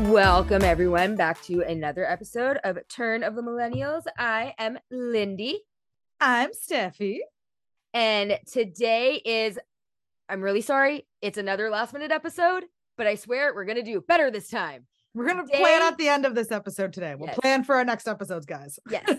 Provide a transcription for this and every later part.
Welcome, everyone, back to another episode of Turn of the Millennials. I am Lindy, I'm Steffi. and today is, I'm really sorry, it's another last minute episode, but I swear we're going to do better this time. We're going to Today- plan out the end of this episode today. We'll Yes. plan for our next episodes, guys. Yes.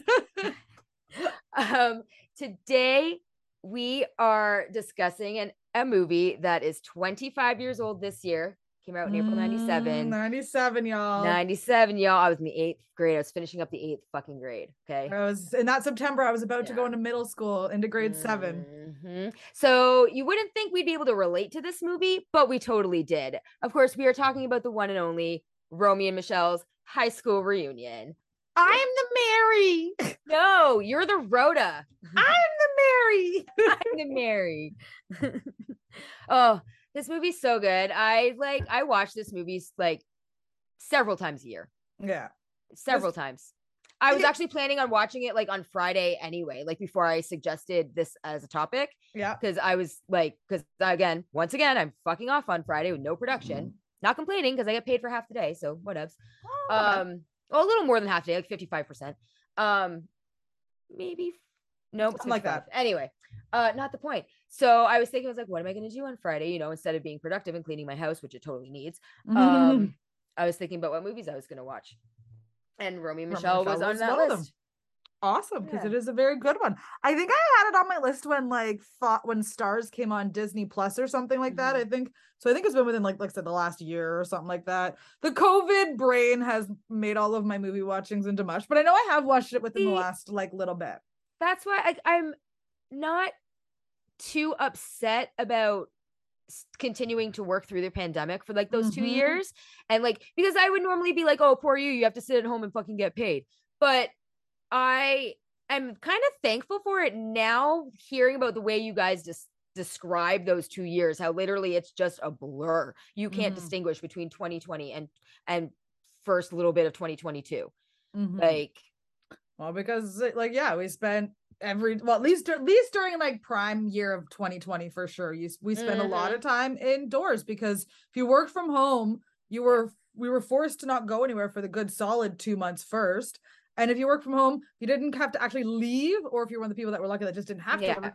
um, today, we are discussing an, a movie that is 25 years old this year, came out in April 97. Mm, 97, y'all. 97, y'all. I was in the eighth grade. I was finishing up the eighth fucking grade. Okay. I was in that September, I was about to Yeah. go into middle school into grade seven. Mhm. So you wouldn't think we'd be able to relate to this movie, but we totally did. Of course, we are talking about the one and only Romeo and Michelle's high school reunion. I'm the Mary. No, you're the Rhoda. I'm the Mary. I'm the Mary. oh, this movie's so good. I like I watch this movie s- like several times a year. Yeah. Several times. I was Yeah. actually planning on watching it like on Friday anyway, like before I suggested this as a topic. Yeah. because I was like, because again, once again, I'm fucking off on Friday with no production. Not complaining because I get paid for half the day, so whatevs. Mm-hmm. Oh, okay. Um, well, a little more than half the day, like fifty five percent. Um, maybe f- no, it's Something like 55. Anyway, uh, not the point. So I was thinking, I was like, what am I gonna do on Friday? You know, instead of being productive and cleaning my house, which it totally needs. Um, I was thinking about what movies I was gonna watch, and Romy Romy Michelle was Michelle on was that one of them. list. awesome because yeah. it is a very good one. I think I had it on my list when like thought when Stars came on Disney Plus or something like that. Mhm. I think so. I think it's been within like like I said the last year or something like that. The COVID brain has made all of my movie watchings into much, but I know I have watched it within the See- last like little bit. that's why I, I'm not too upset about s- continuing to work through the pandemic for like those two Mhm. years. And like, because I would normally be like, oh, poor you, you have to sit at home and fucking get paid. But I am kind of thankful for it now, hearing about the way you guys just describe those two years, how literally it's just a blur. You can't Mhm. distinguish between 2020 and, and, first little bit of 2022 Mhm. like Well, because it- like yeah, we spent every well at least at least during like prime year of 2020 for sure. You s- we spent a lot of Mm-hmm. time indoors because if you worked from home, you were we were forced to not go anywhere for the good solid 2 months first. And if you worked from home, you didn't have to actually leave or if you're one of the people that were lucky that just didn't have Yeah. to work,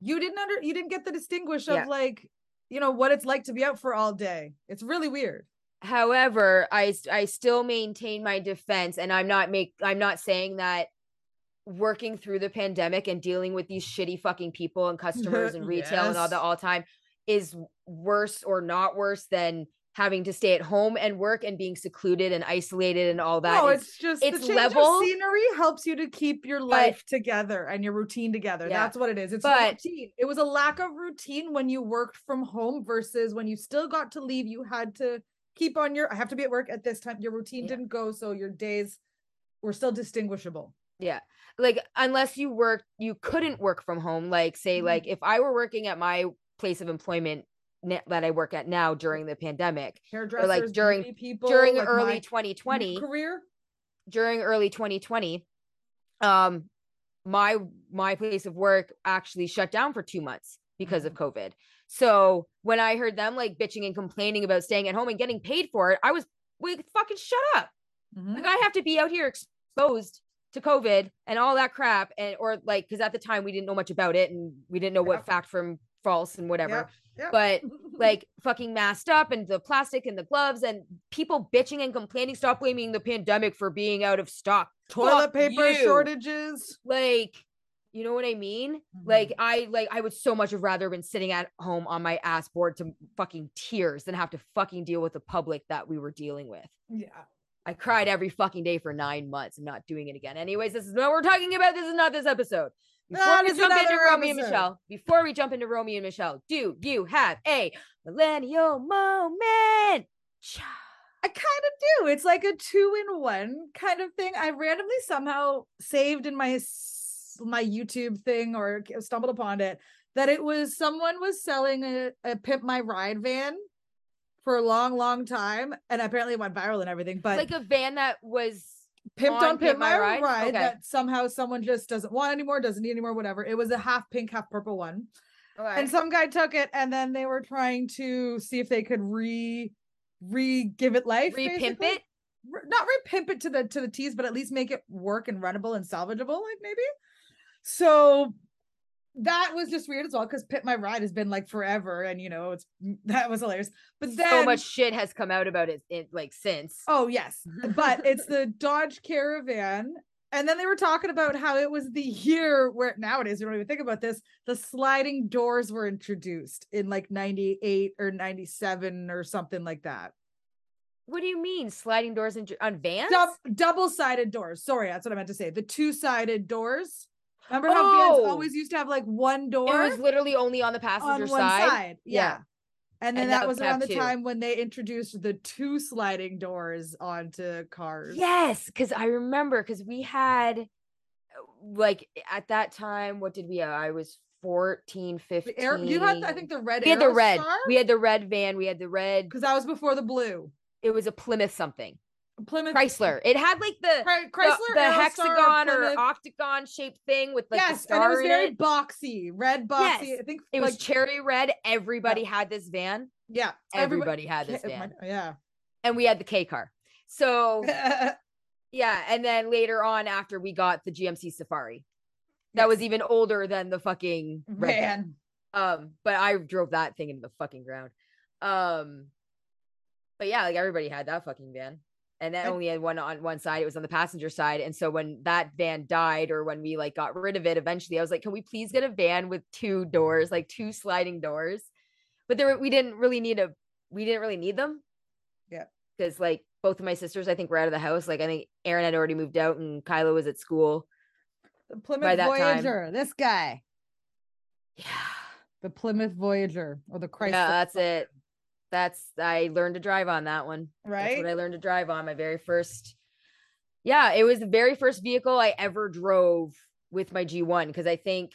you didn't under you didn't get the distinguish of Yeah. like you know what it's like to be out for all day. It's really weird. however i s- i still maintain my defense and i'm not make i'm not saying that working through the pandemic and dealing with these shitty fucking people and customers and retail and all Yes. that all time is worse or not worse than having to stay at home and work and being secluded and isolated and all that no, is- it's just the it's change of level, scenery helps you to keep your life together and your routine together. Yeah. That's what it is. It's But- routine. It was a lack of routine when you worked from home versus when you still got to leave. You had to keep on your. I have to be at work at this time. Your routine Yeah. didn't go, so your days were still distinguishable. Yeah. Like unless you worked you couldn't work from home like say Mhm. like if I were working at my place of employment na- that I work at now during the pandemic Hairdressers, during- beauty people during like early my 2020 career. during early 2020 um my my place of work actually shut down for 2 months because of covid so when i heard them like bitching and complaining about staying at home and getting paid for it i was like fucking shut up Mhm. like i have to be out here exposed to covid and all that crap and or like cuz at the time we didn't know much about it and we didn't know what Yep. fact from false and whatever Yep, yep. but like fucking masked up and the plastic and the gloves and people bitching and complaining stop blaming the pandemic for being out of stock toilet fuck paper you. shortages. like you know what i mean Mhm. like i like i would so much have rather been sitting at home on my ass board to fucking tears than have to fucking deal with the public that we were dealing with Yeah. i cried every fucking day for nine months i'm not doing it again anyways this is not what we're talking about this is not this episode before That we Ah, is jump into another Romeo and episode. Michelle, before we jump into Romeo and Michelle, do you have a millennial moment? Cha. I kind of do. It's like a two in one kind of thing. I randomly somehow saved in my s- my YouTube thing or c- stumbled upon it that it was someone was selling a, a pimp my ride van for a long, long time, and apparently it went viral and everything. But like a van that was pimped on on Pimp pimp My my Ride? ride, Okay. that somehow someone just doesn't want anymore, doesn't need anymore, whatever. It was a half pink, half purple one, and some guy took it, and then they were trying to see if they could re re give it life, repimp basically. it. re- not repimp it to the to the T's, but at least make it work and runnable and salvageable, like maybe. So that was just weird as well because Pit My Ride has been like forever, and you know it's mm, that was hilarious. But then so much shit has come out about it, it like since. Oh yes, but it's the Dodge Caravan. And then they were talking about how it was the year where nowadays we don't even think about this. The sliding doors were introduced in like 98 or 97 or something like that. What do you mean sliding doors in, on vans? Double sided doors. Sorry, that's what I meant to say. The two sided doors. Remember how vans Oh. always used to have like one door it was literally only on the on passenger one side. side? Yeah. Yeah. And then And that now was we have around the two. time when they introduced the two sliding doors onto cars. Yes, because I remember because we had uh, like at that time, what did we have? I was 14, 15. The air, you had, I think, the red. we had the Arrow red. Star? We had the red van. We had the red. because that was before the blue It was a Plymouth something. Plymouth Chrysler. It had like the Chry- the- Chrysler, the, Aerostar, hexagon or Plymouth. octagon shaped thing with like the yes, and it star was in very it. boxy, red boxy. Yes, I think It like, was cherry red. Everybody had this van. yeah, everybody- Everybody had this van. Oh. Yeah, And we had the K car. So yeah, and then later on after we got the GMC Safari. That was even older than the fucking red van. man. Um, but I drove that thing into the fucking ground. Um, but yeah, like everybody had that fucking van, and that I- only had one on one side. It was on the passenger side, and so when that van died, or when we like got rid of it, eventually I was like, "Can we please get a van with two doors, like two sliding doors?" But there, were- we didn't really need a, we didn't really need them. Yeah. because like both of my sisters, I think, were out of the house. Like I think Aaron had already moved out, and Kyla was at school. The Plymouth that time- Voyager. This guy, Yeah. the Plymouth Voyager, or the Chrysler. Yeah, that's it. That's I learned to drive on that one. That's Right. what I learned to drive on. My very first. Yeah, it was the very first vehicle I ever drove with my G1 because I think.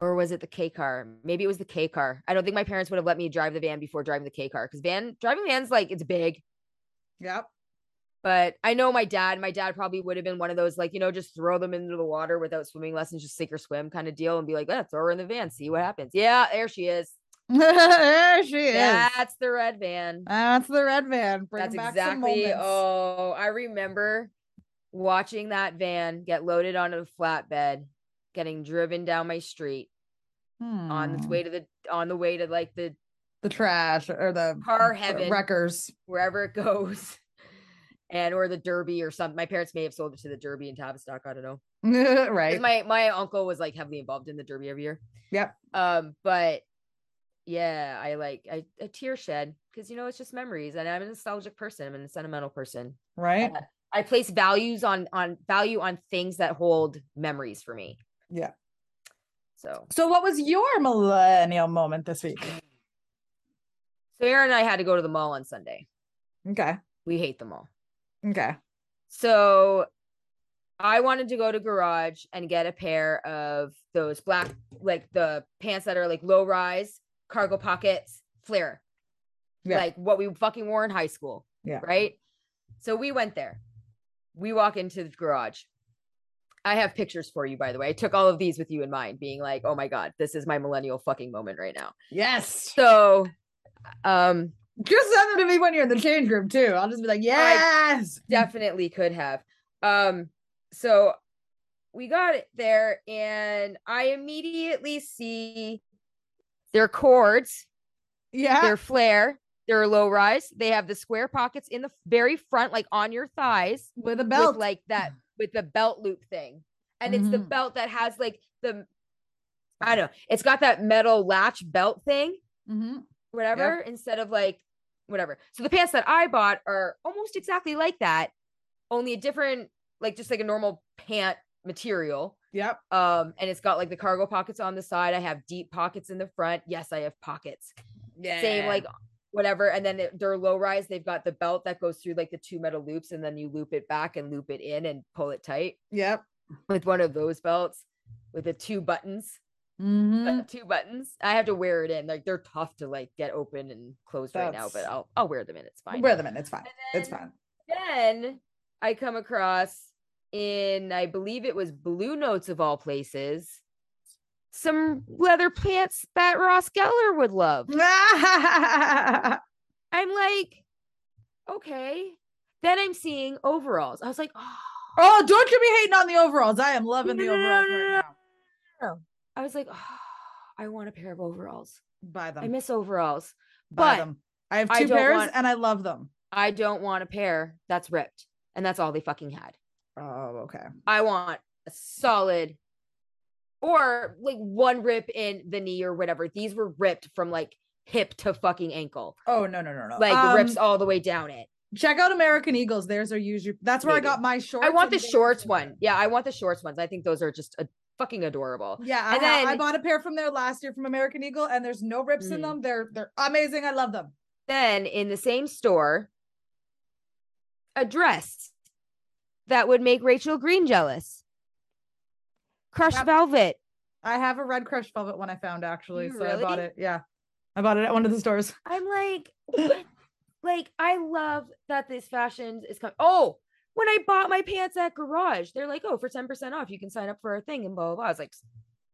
Or was it the K car? Maybe it was the K car. I don't think my parents would have let me drive the van before driving the K car because van driving van's like it's big Yep. but I know my dad, my dad probably would have been one of those, like, you know, just throw them into the water without swimming lessons, just sink or swim kind of deal and be like, yeah, throw her in the van, see what happens. Yeah, there she is. there she is. That's the red van. That's the red van. Bring That's back some exactly. moments. Oh, I remember watching that van get loaded onto the flatbed, getting driven down my street on its Hmm. way to the, on the way to like the, the trash or the Car r- heaven. wreckers. wherever it goes. And or the Derby or something. My parents may have sold it to the Derby in Tavistock. I don't know. 'Cause right. my my uncle was like heavily involved in the derby every year Yep. um but yeah i like I, a tear shed because you know it's just memories and i'm a nostalgic person i'm a sentimental person right. i place values on on value on things that hold memories for me Yeah. so So, what was your millennial moment this week? so aaron and i had to go to the mall on sunday Okay. we hate the mall Okay. so i wanted to go to garage and get a pair of those black like the pants that are like low rise cargo pockets flare Yeah. like what we fucking wore in high school. Yeah. Right. So we went there. We walk into the garage. I have pictures for you, by the way. I took all of these with you in mind, being like, oh my God, this is my millennial fucking moment right now. Yes. So um Just send them to me when you're in the change room too. I'll just be like, yes. definitely could have. Um, so we got it there, and I immediately see their cords Yeah. they're flare, they're low rise. They have the square pockets in the very front, like on your thighs, With a with, belt. like that with the belt loop thing. And it's the Mhm. belt that has like the I don't know, it's got that metal latch belt thing, hmm whatever, instead of like whatever. So the pants that I bought are almost exactly like that, only a different, like just like a normal pant material. Yep. Um, and it's got like the cargo pockets on the side. I have deep pockets in the front. Yes, I have pockets Yeah. same like whatever and then it- they're low rise they've got the belt that goes through like the two metal loops and then you loop it back and loop it in and pull it tight Yep. with one of those belts with the two buttons uh, Mhm. two buttons i have to wear it in like they're tough to like get open and closed right now but That's- i'll i'll wear them in it's fine Wear them in. It's fine. And It's fine. then i come across in i believe it was blue notes of all places some leather pants that ross geller would love I'm like, okay. Then I'm seeing overalls. I was like, oh. Oh, don't you be hating on the overalls. I am loving the No, no, no, overalls no, right no. now. I was like, oh, I want a pair of overalls. Buy them. I miss overalls. but Buy them. I have I two don't pairs want- and I love them. I don't want a pair that's ripped. And that's all they fucking had. Oh, okay. I want a solid or like one rip in the knee or whatever. These were ripped from like hip to fucking ankle. Oh no, no, no, no. Like rips Um, all the way down it. Check out American Eagles. Theirs are usually that's where Maybe. I got my shorts. I want and the theirs shorts were. one. Yeah, I want the shorts ones. I think those are just a, fucking adorable. Yeah, I, And ha- I then- bought a pair from there last year from American Eagle, and there's no rips in Mm. them. They're they're amazing. I love them. Then in the same store, a dress that would make Rachel Green jealous. Crushed Yep. velvet. I have a red crush velvet one I found actually, You so I bought really? it. Yeah, I bought it at one of the stores. I'm like, what? like I love that this fashion is coming. Oh, when I bought my pants at Garage, they're like, oh, for ten percent off, you can sign up for our thing and blah blah blah. I was like,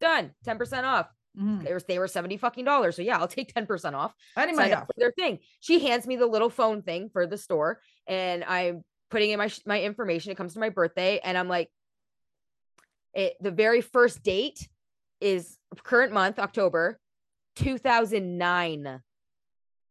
done, ten percent off. Mhm. They were they were seventy fucking dollars. So yeah, I'll take ten percent off. I didn't Signed mind. up for their thing. She hands me the little phone thing for the store, and I'm putting in my sh- my information. It comes to my birthday, and I'm like, it. The very first date is current month, October, two thousand nine.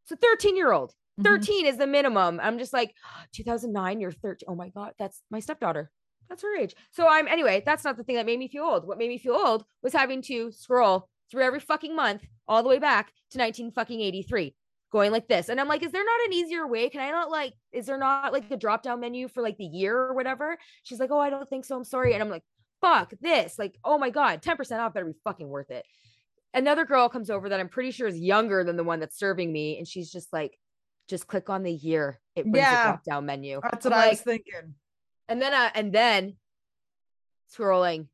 So thirteen year old. Mhm. 13 is the minimum. I'm just like 2009, you're 13. Oh my God, that's my stepdaughter. That's her age. So I'm anyway, that's not the thing that made me feel old. What made me feel old was having to scroll through every fucking month all the way back to 19 fucking 83 going like this. And I'm like, is there not an easier way? Can I not like, is there not like a drop down menu for like the year or whatever? She's like, oh, I don't think so. I'm sorry. And I'm like, fuck this. Like, oh my God, 10% off better be fucking worth it. Another girl comes over that I'm pretty sure is younger than the one that's serving me. And she's just like, just click on the year. It brings Yeah. a drop down menu. That's what I'm I was like- thinking. And then, I, and then scrolling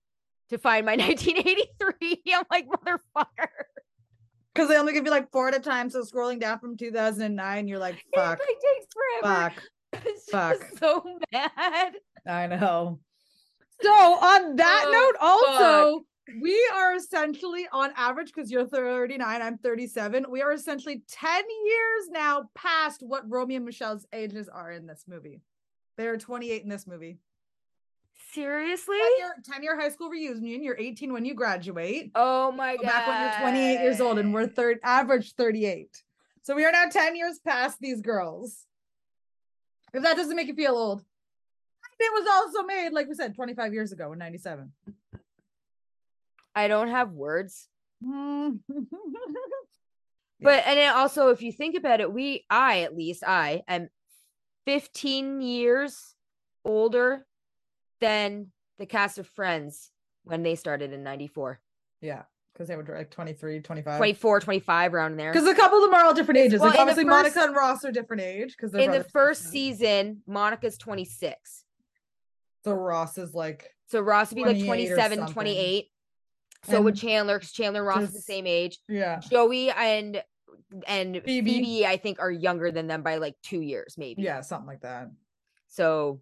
to find my 1983. I'm like, motherfucker. Because they only give you like four at a time. So scrolling down from 2009, you're like, It like fuck, takes forever. fuck. It's fuck. just so bad. I know. So on that Oh, note, also we are essentially on average because you're 39, I'm 37. We are essentially 10 years now past what Romeo and Michelle's ages are in this movie. They are 28 in this movie. Seriously? 10 year, 10 year high school reunion. You're 18 when you graduate. Oh my Go god. back when you're 28 years old, and we're third average 38. So we are now 10 years past these girls. If that doesn't make you feel old, it was also made, like we said, 25 years ago in 97. I don't have words. Mm. But and then also if you think about it, we I at least I am 15 years older than the cast of Friends when they started in 94. yeah, because they were like 23, 25. 24, 25 around there. Uh, Because a couple of them are all different ages. Well, like in the obviously, first- Monica and Ross are different age because they're In the brothers and first sisters. season, Monica's 26. So Ross is like, So Ross would be like 28 or 27, something. 28. So would And Chandler, 'cause Chandler and Ross is the just- same age. yeah, Joey and and Phoebe. Phoebe. I think, are younger than them by like two years, maybe. yeah, something like that. So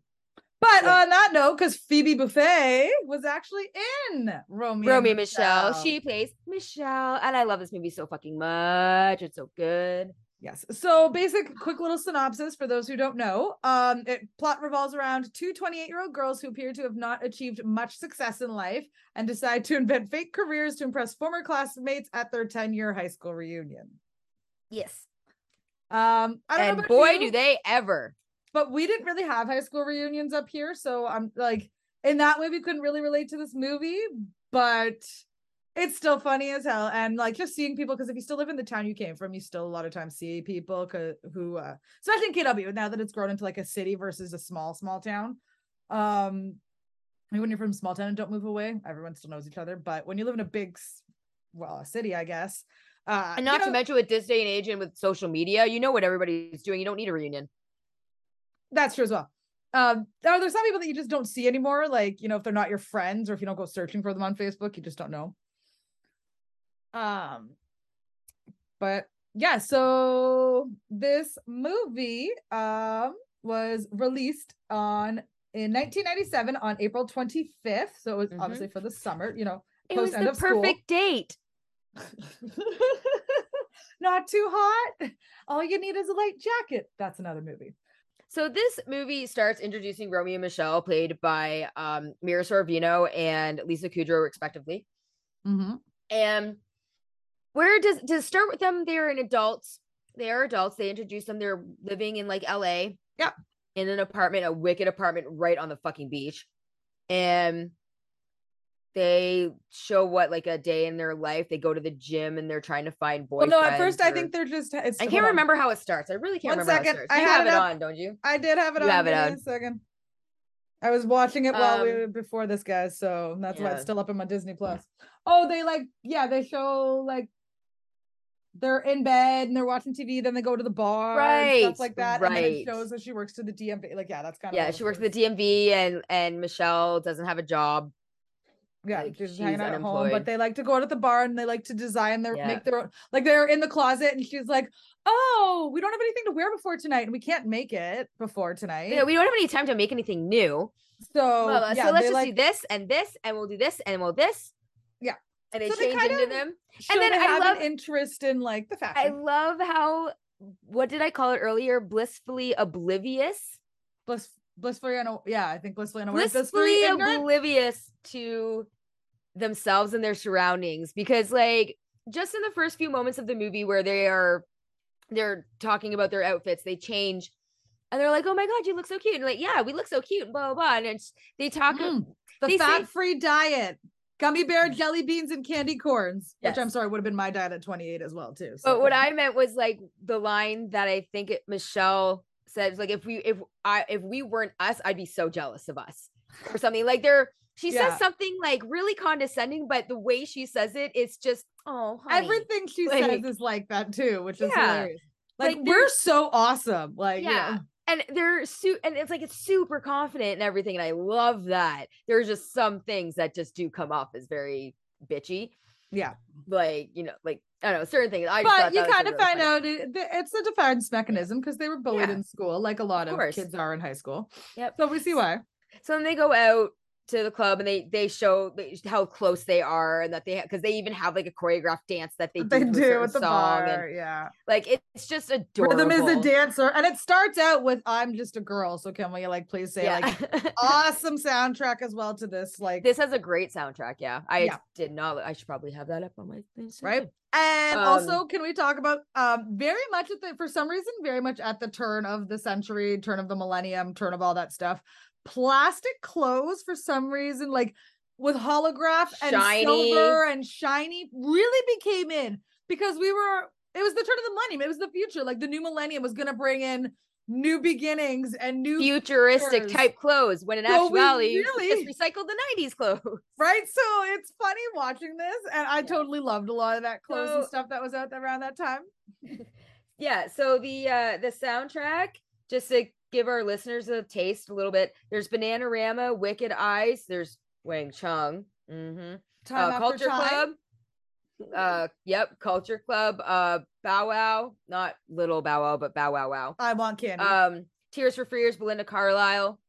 But Yeah. on that note, because Phoebe Buffet was actually in Romeo, and Romeo Michelle. she plays Michelle, and I love this movie so fucking much. It's so good. Yes. So basic quick little synopsis for those who don't know. Um it plot revolves around two 28-year-old girls who appear to have not achieved much success in life and decide to invent fake careers to impress former classmates at their 10-year high school reunion. Yes. Um I don't know And about boy, you, do they ever. but we didn't really have high school reunions up here, so I'm like in that way we couldn't really relate to this movie, but it's still funny as hell and like just seeing people because if you still live in the town you came from you still a lot of times see people 'cause- who uh especially in kw now that it's grown into like a city versus a small small town um I mean, when you're from a small town and don't move away everyone still knows each other but when you live in a big s- well a city i guess uh And you not to know, mention with this day and age and with social media, you know what everybody's doing. You don't need a reunion. that's true as well um are there some people that you just don't see anymore like you know if they're not your friends or if you don't go searching for them on facebook you just don't know um but yeah so this movie um was released on in 1997 on april 25th so it was Mhm. obviously for the summer you know It Post was end the of school. perfect date. not too hot all you need is a light jacket that's another movie So this movie starts introducing Romeo and Michelle, played by um, Mira Sorvino and Lisa Kudrow, respectively. Mm-hmm. And where does to start with them? They are an adults. They are adults. They introduce them. They're living in like L.A. Yeah. in an apartment, a wicked apartment right on the fucking beach, and they show what like a day in their life. They go to the gym and they're trying to find Well, boyfriends. no, at first I or- think they're just. It's, I hold can't on. remember how it starts. I really can't One remember. second. How it starts. I You had have it it up. on, don't you? I did have it You on. have it Give me on. a second. I was watching it while we Um, were before this, guys. So that's why yeah. it's still up in my Disney Plus. Oh, they like, yeah, they show like they're in bed and they're watching TV. Then they go to the bar, and Right, stuff like that. And then right. it shows that she works to the DMV. Like, yeah, that's kind of Yeah, she works at the DMV, and and Michelle doesn't have a job. yeah, like, they're just she's hanging out at home. unemployed. But they like to go to the bar and they like to design their Yeah. make their own. Like they're in the closet and she's like, "Oh, we don't have anything to wear before tonight, and we can't make it before tonight." Yeah, we don't have any time to make anything new. so Blah, blah. yeah, so let's they, just like, do this and this, and we'll do this and we'll this. Yeah. and they So they change kind into of- them. show then they I have love- an interest in like the I fashion. love how. What did I call it earlier? Blissfully oblivious. bliss blissfully unaware. Yeah, I think blissfully unaware. blissfully Blissfully ignorant. oblivious to themselves and their surroundings because like just in the first few moments of the movie where they are they're talking about their outfits they change and they're like oh my god you look so cute and like yeah we look so cute and blah blah, blah. and it's, they talk Mm, the they say- Mm. fat-free diet, gummy bear, jelly beans, and candy corns. Yes. Which I'm sorry would have been my diet at 28 as well too. but so- what i meant was like the line that i think it, michelle says like if we if i if we weren't us i'd be so jealous of us or something like they're she Yeah. says something like really condescending but the way she says it it's just oh honey." everything she like- says is like that too, which is Yeah. hilarious. Like, Like, we're they're- so awesome. Like yeah. Yeah. and they're su- and it's like it's super confident and everything and i love that there's just some things that just do come off as very bitchy Yeah. like you know like i don't know certain things i just But thought you that was kind of really find funny. out it, th- it's a defense mechanism because they were bullied Yeah. in school, like a lot Of of, course. kids are in high school. Yep. So we see why. so then they go out to the club and they they show the- how close they are and that they because they even have like a choreographed dance that they do, They, to a do certain with the song bar. and yeah. like it- it's just adorable Rhythm is a dancer, and it starts out with "I'm just a girl." So can we like please say like awesome soundtrack as well to this like this has a great soundtrack yeah i Yeah. did not i should probably have that up on my Instagram. Right? and um, also can we talk about um very much at the for some reason very much at the turn of the century turn of the millennium turn of all that stuff plastic clothes for some reason like with holograph and Shiny. silver and shiny really became in because we were it was the turn of the millennium it was the future like the new millennium was going to bring in new beginnings and new futuristic Pictures. type clothes when in So we actuality you really- just recycled the 90s clothes Right. So it's funny watching this. And I Yeah. totally loved a lot of that clothes and So- stuff that was out there around that time. yeah so the uh the soundtrack just to give our listeners a taste a little bit there's bananarama wicked eyes there's wang chung hmm Time uh, after culture time. club uh yep culture club uh bow wow not little bow wow but bow wow wow I want candy. um tears for fears belinda carlisle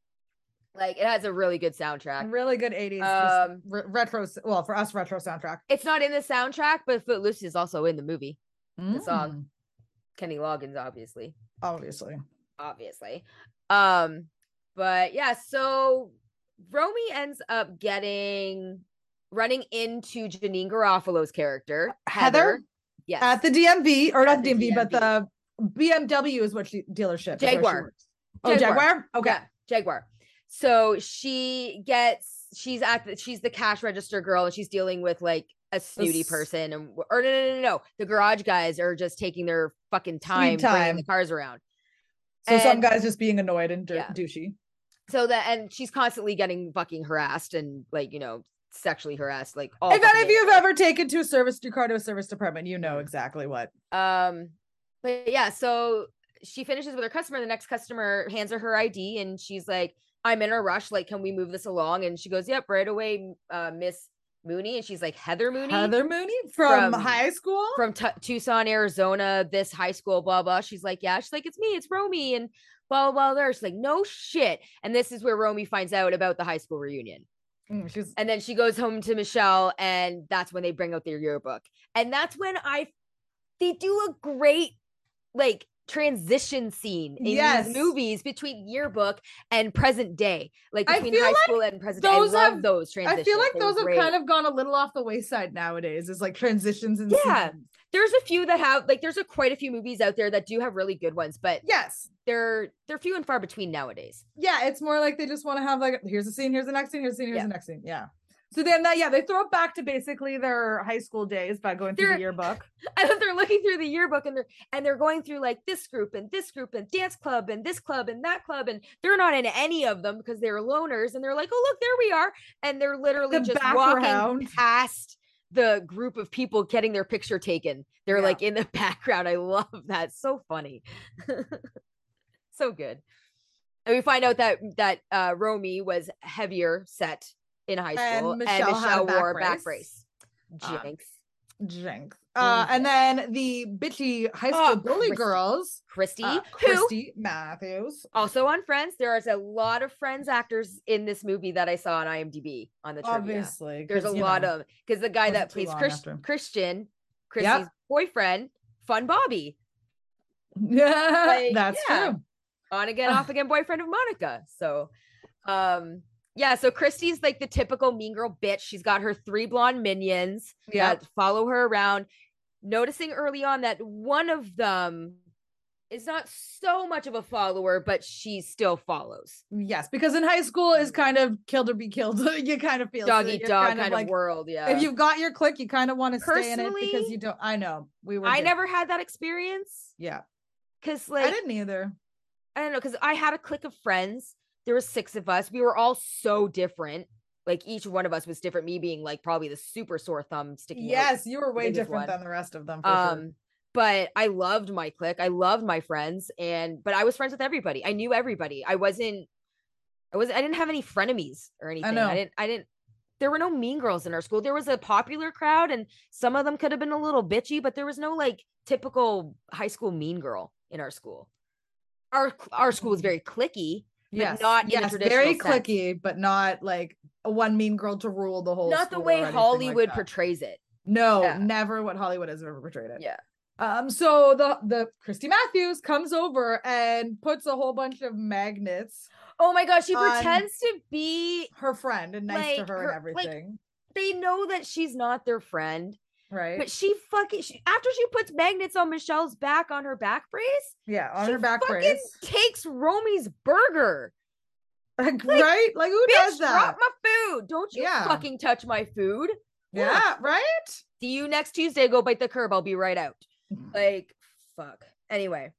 like it has a really good soundtrack really good 80s just um, re- retro s- well for us retro soundtrack. it's not in the soundtrack but footloose is also in the movie song. Mm, kenny loggins obviously Obviously. obviously. Um, but yeah, so Romy ends up getting running into Janine Garofalo's character, Heather. Heather? Yes. At the DMV At or not the the DMV, but DMV. the BMW is what she dealership. is where she Jaguar. works. Oh, Jaguar. Jaguar. Okay. Yeah, Jaguar. So she gets she's at the, she's the cash register girl and she's dealing with like a snooty s- person and or no no no no no the garage guys are just taking their fucking time, bringing the time. cars around. So some And- guys just being annoyed and dir- Yeah. douchey. So that and she's constantly getting fucking harassed and like you know sexually harassed like all If fucking any of day. you have ever taken to a service your car to a service department, you know Mhm. exactly what. Um, but yeah, so she finishes with her customer. The next customer hands her her ID, and she's like, "I'm in a rush. Like, can we move this along?" And she goes, "Yep, right away, m- uh, Miss Mooney." And she's like, "Heather Mooney Heather Mooney from, From- high school. from Tu Tucson, Arizona. This high school, blah blah." She's like, "Yeah." She's like, "It's me. It's Romy." And blah blah blah. there. She's like, "No shit." And this is where Romy finds out about the high school reunion. Mm, she's And then she goes home to Michelle, and that's when they bring out their yearbook. And that's when I they do a great like transition scene in Yes. these movies between yearbook and present day, like I between feel high like school and present day. I those love have- those I transitions. feel like They were those have great. kind of gone a little off the wayside nowadays. It's like transitions and Yeah. seasons. there's a few that have like there's a quite a few movies out there that do have really good ones, but Yes. they're they're few and far between nowadays. Yeah, it's more like they just want to have like here's the scene, here's the next scene, here's the scene, here's Yeah. the next scene. Yeah. So then that yeah, they throw it back to basically their high school days by going through They're- the yearbook. And then they're looking through the yearbook and they're and they're going through like this group and this group and dance club and this club and that club and they're not in any of them because they're loners and they're like, oh look, there we are. And they're literally The just walking background. past the group of people getting their picture taken. They're Yeah. like in the background. I love that. So funny. so good. And we find out that that uh Romy was heavier set in high And school Michelle and had a Michelle back wore a back brace. brace. Um, Jinx. Jinx. Uh, and then the bitchy high school Mm. Oh, bully Christy. girls, Christy, uh, who Christy Matthews. also on Friends, there is a lot of Friends actors in this movie that I saw on IMDb on the trivia. Obviously. There's a 'cause, you lot know, of because the guy wasn't that too plays long Chris, after. Christian, Chrissy's boyfriend, Fun Bobby, Yeah, Like, that's yeah. true. on again, Ugh. off again boyfriend of Monica. So, um, yeah. So Christy's like the typical mean girl bitch. She's got her three blonde minions Yeah. that follow her around. Noticing early on that one of them is not so much of a follower, but she still follows. Yes, because in high school is kind of killed or be killed. you kind of feel so dog eat you're dog kind, of, like, world. Yeah. If you've got your click, you kind of want to stay in it because Personally, you don't. I know we were. I diff- never had that experience Yeah, because, like, I didn't either. don't know, because I had a clique of friends. There were six of us. We were all so different. Like each one of us was different. Me being like probably the super sore thumb sticking. out. Yes, you were way biggest one. different than the rest of them. For Um. sure. But I loved my clique. I loved my friends, and but I was friends with everybody. I knew everybody. I wasn't. I was. I didn't have any frenemies or anything. know. I didn't. I didn't. There were no mean girls in our school. There was a popular crowd, and some of them could have been a little bitchy, but there was no like typical high school mean girl in our school. Our cl- our school was Mm. very clicky. but Yes, not in a yes, traditional very sense. clicky, but not like a one mean girl to rule the whole. Not the school or way anything like Hollywood that. portrays it. No, Yeah. never what Hollywood has ever portrayed it. Yeah. Um, so the the Christy Matthews comes over and puts a whole bunch of magnets, Oh my gosh, she On- pretends to be. her friend, and nice Like, to her, her- and like, everything. They know that she's not their friend. right? But she fucking she, after she puts magnets on Michelle's back on her back brace, yeah, on she her back fucking brace. takes Romy's burger. Like, right? Like who Bitch, does drop that? my food. Don't you Yeah. fucking touch my food. Yeah, right? See you next Tuesday. Go bite the curb. I'll be right out. Like fuck. Anyway,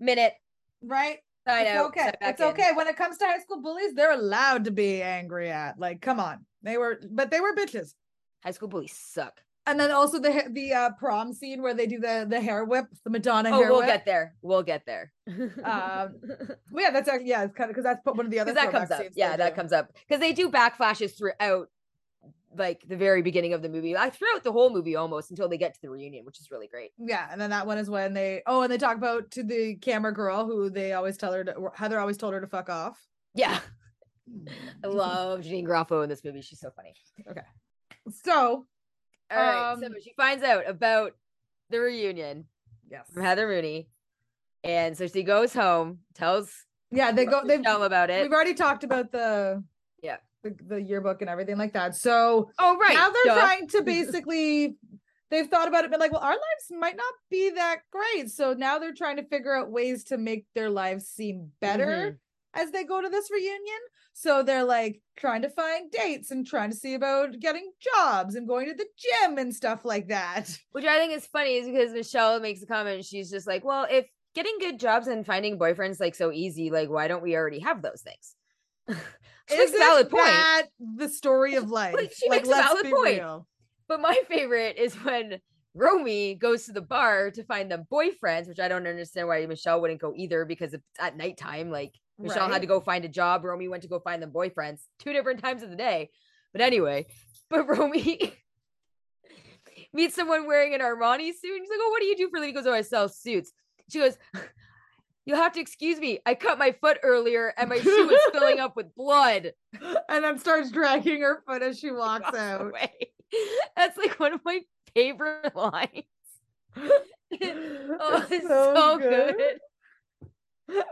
minute Right? side it's out. okay. side back It's in. okay. When it comes to high school bullies, they're allowed to be angry at. Like, come on. They were, but they were bitches. High school bullies suck. And then also the ha- the uh, prom scene where they do the the hair whip, the Madonna oh, hair we'll whip. get there. We'll get there. Um, Well, yeah, that's actually yeah, it's kind of because that's put- one of the other because that comes throwback up. scenes they Yeah, that do. comes up because they do backflashes throughout, like the very beginning of the movie, I throughout the whole movie almost until they get to the reunion, which is really great. Yeah, and then that one is when they oh, and they talk about to the camera girl who they always tell her to, or Heather always told her to fuck off. Yeah, I love Jeanine Garofalo in this movie. She's so funny. So All right, so Um, she finds out about the reunion yes, from Heather Rooney, and so she goes home, tells yeah, they go. They Michelle about it. we've already talked about the Yeah. the, the yearbook and everything like that. So oh right, now they're duh. trying to basically they've thought about it but like well our lives might not be that great so now they're trying to figure out ways to make their lives seem better Mm-hmm. as they go to this reunion so they're like trying to find dates and trying to see about getting jobs and going to the gym and stuff like that which I think is funny is because Michelle makes a comment. She's just like, well, if getting good jobs and finding boyfriends like so easy, like why don't we already have those things? Which makes a Isn't valid point. that the story of life she makes a valid point. real But my favorite is when Romy goes to the bar to find them boyfriends, which I don't understand why Michelle wouldn't go either because it's at nighttime. Like Michelle Right. had to go find a job. Romy went to go find them boyfriends two different times of the day. But anyway, but Romy meets someone wearing an Armani suit. And she's like, Oh, what do you do for a living? He goes, Oh, I sell suits. She goes, You'll have to excuse me. I cut my foot earlier and my shoe was filling up with blood and then starts dragging her foot as she walks walks out away. That's like one of my favorite lines. oh, it's Oh, so, good.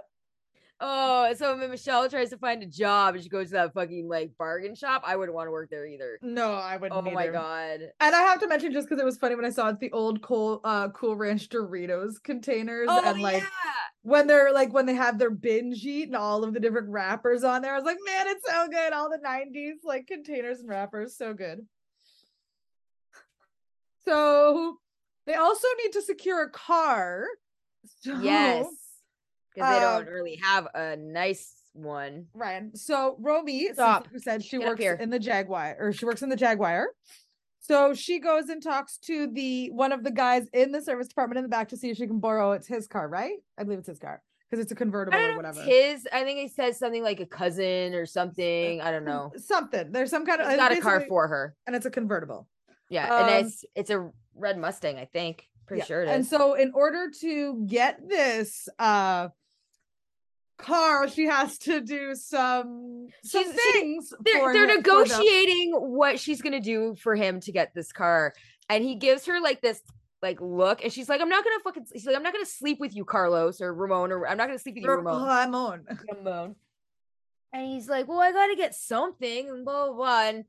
Oh, so when Michelle tries to find a job and she goes to that fucking like bargain shop, I wouldn't want to work there either. No, I wouldn't. Oh my either. god. And I have to mention just because it was funny when I saw it, the old cool, uh, Cool Ranch Doritos containers Oh and like yeah. when they're like when they have their binge eat and all of the different wrappers on there. I was like, man, it's so good. All the '90s like containers and wrappers, so good. So they also need to secure a car. So- Yes. Because they Um, don't really have a nice one. Right. So Romy, since Stop. you said she Get up works here. in the Jaguar or she works in the Jaguar. So she goes and talks to the one of the guys in the service department in the back to see if she can borrow it's his car, right? I believe it's his car because it's a convertible I or don't know. if whatever. it's his. I think he says something like a cousin or something. I don't know. Something. There's some kind of He's got a car basically- for her. and it's a convertible. Yeah, Um, and it's it's a red Mustang, I think. Pretty Yeah, sure it is. And so in order to get this uh car, she has to do some some She's- she- things. they're, for they're him- for them. negotiating what she's gonna do for him to get this car and he gives her like this like look and she's like i'm not gonna fucking he's like i'm not gonna sleep with you carlos or ramon or i'm not gonna sleep with you ramon, Ramon. ramon. and he's like well i gotta get something and blah blah blah and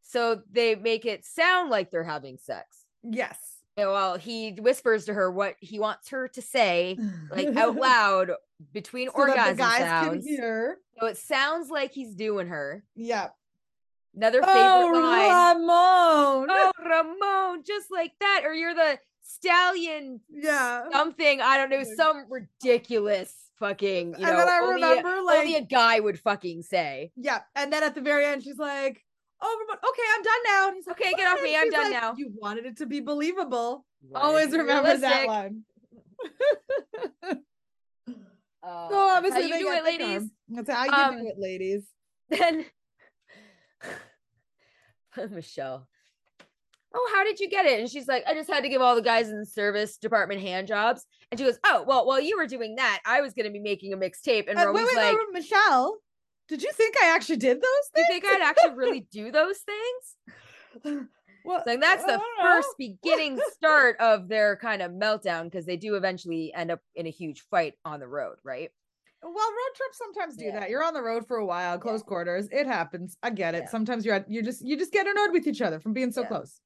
so they make it sound like they're having sex Yes. And while he whispers to her what he wants her to say like out loud between So that orgasm the guys sounds can hear. so it sounds like he's doing her Yeah. another favorite line oh, Ramon. oh Ramon, just like that, or you're the stallion yeah. something. I don't know, Like- some ridiculous fucking. You know, and then I only a- remember, like, only a guy would fucking say. yeah. And then at the very end, she's like, "Oh, Ramon, okay, I'm done now." And he's like, Okay, get off "What?" me, And I'm she's done like, now. You wanted it to be believable. "Why Always is it remember that realistic?" line. Uh, So obviously, how they you do got it, the car. ladies. That's how you Um, do it, ladies. Then Michelle. Oh, how did you get it? And she's like, I just had to give all the guys in the service department hand jobs. And she goes, Oh, well, while you were doing that, I was gonna be making a mixtape. And Uh, wait, Romy's wait, like, wait, Michelle. Did you think I actually did those Do things? you think I'd actually really do those things? Well, Like that's I the don't know. first beginning start of their kind of meltdown because they do eventually end up in a huge fight on the road, right? Well, road trips sometimes do Yeah. that. You're on the road for a while, close quarters. It happens. I get it. Yeah. Sometimes you're at, you just you just get annoyed with each other from being so Yeah. close.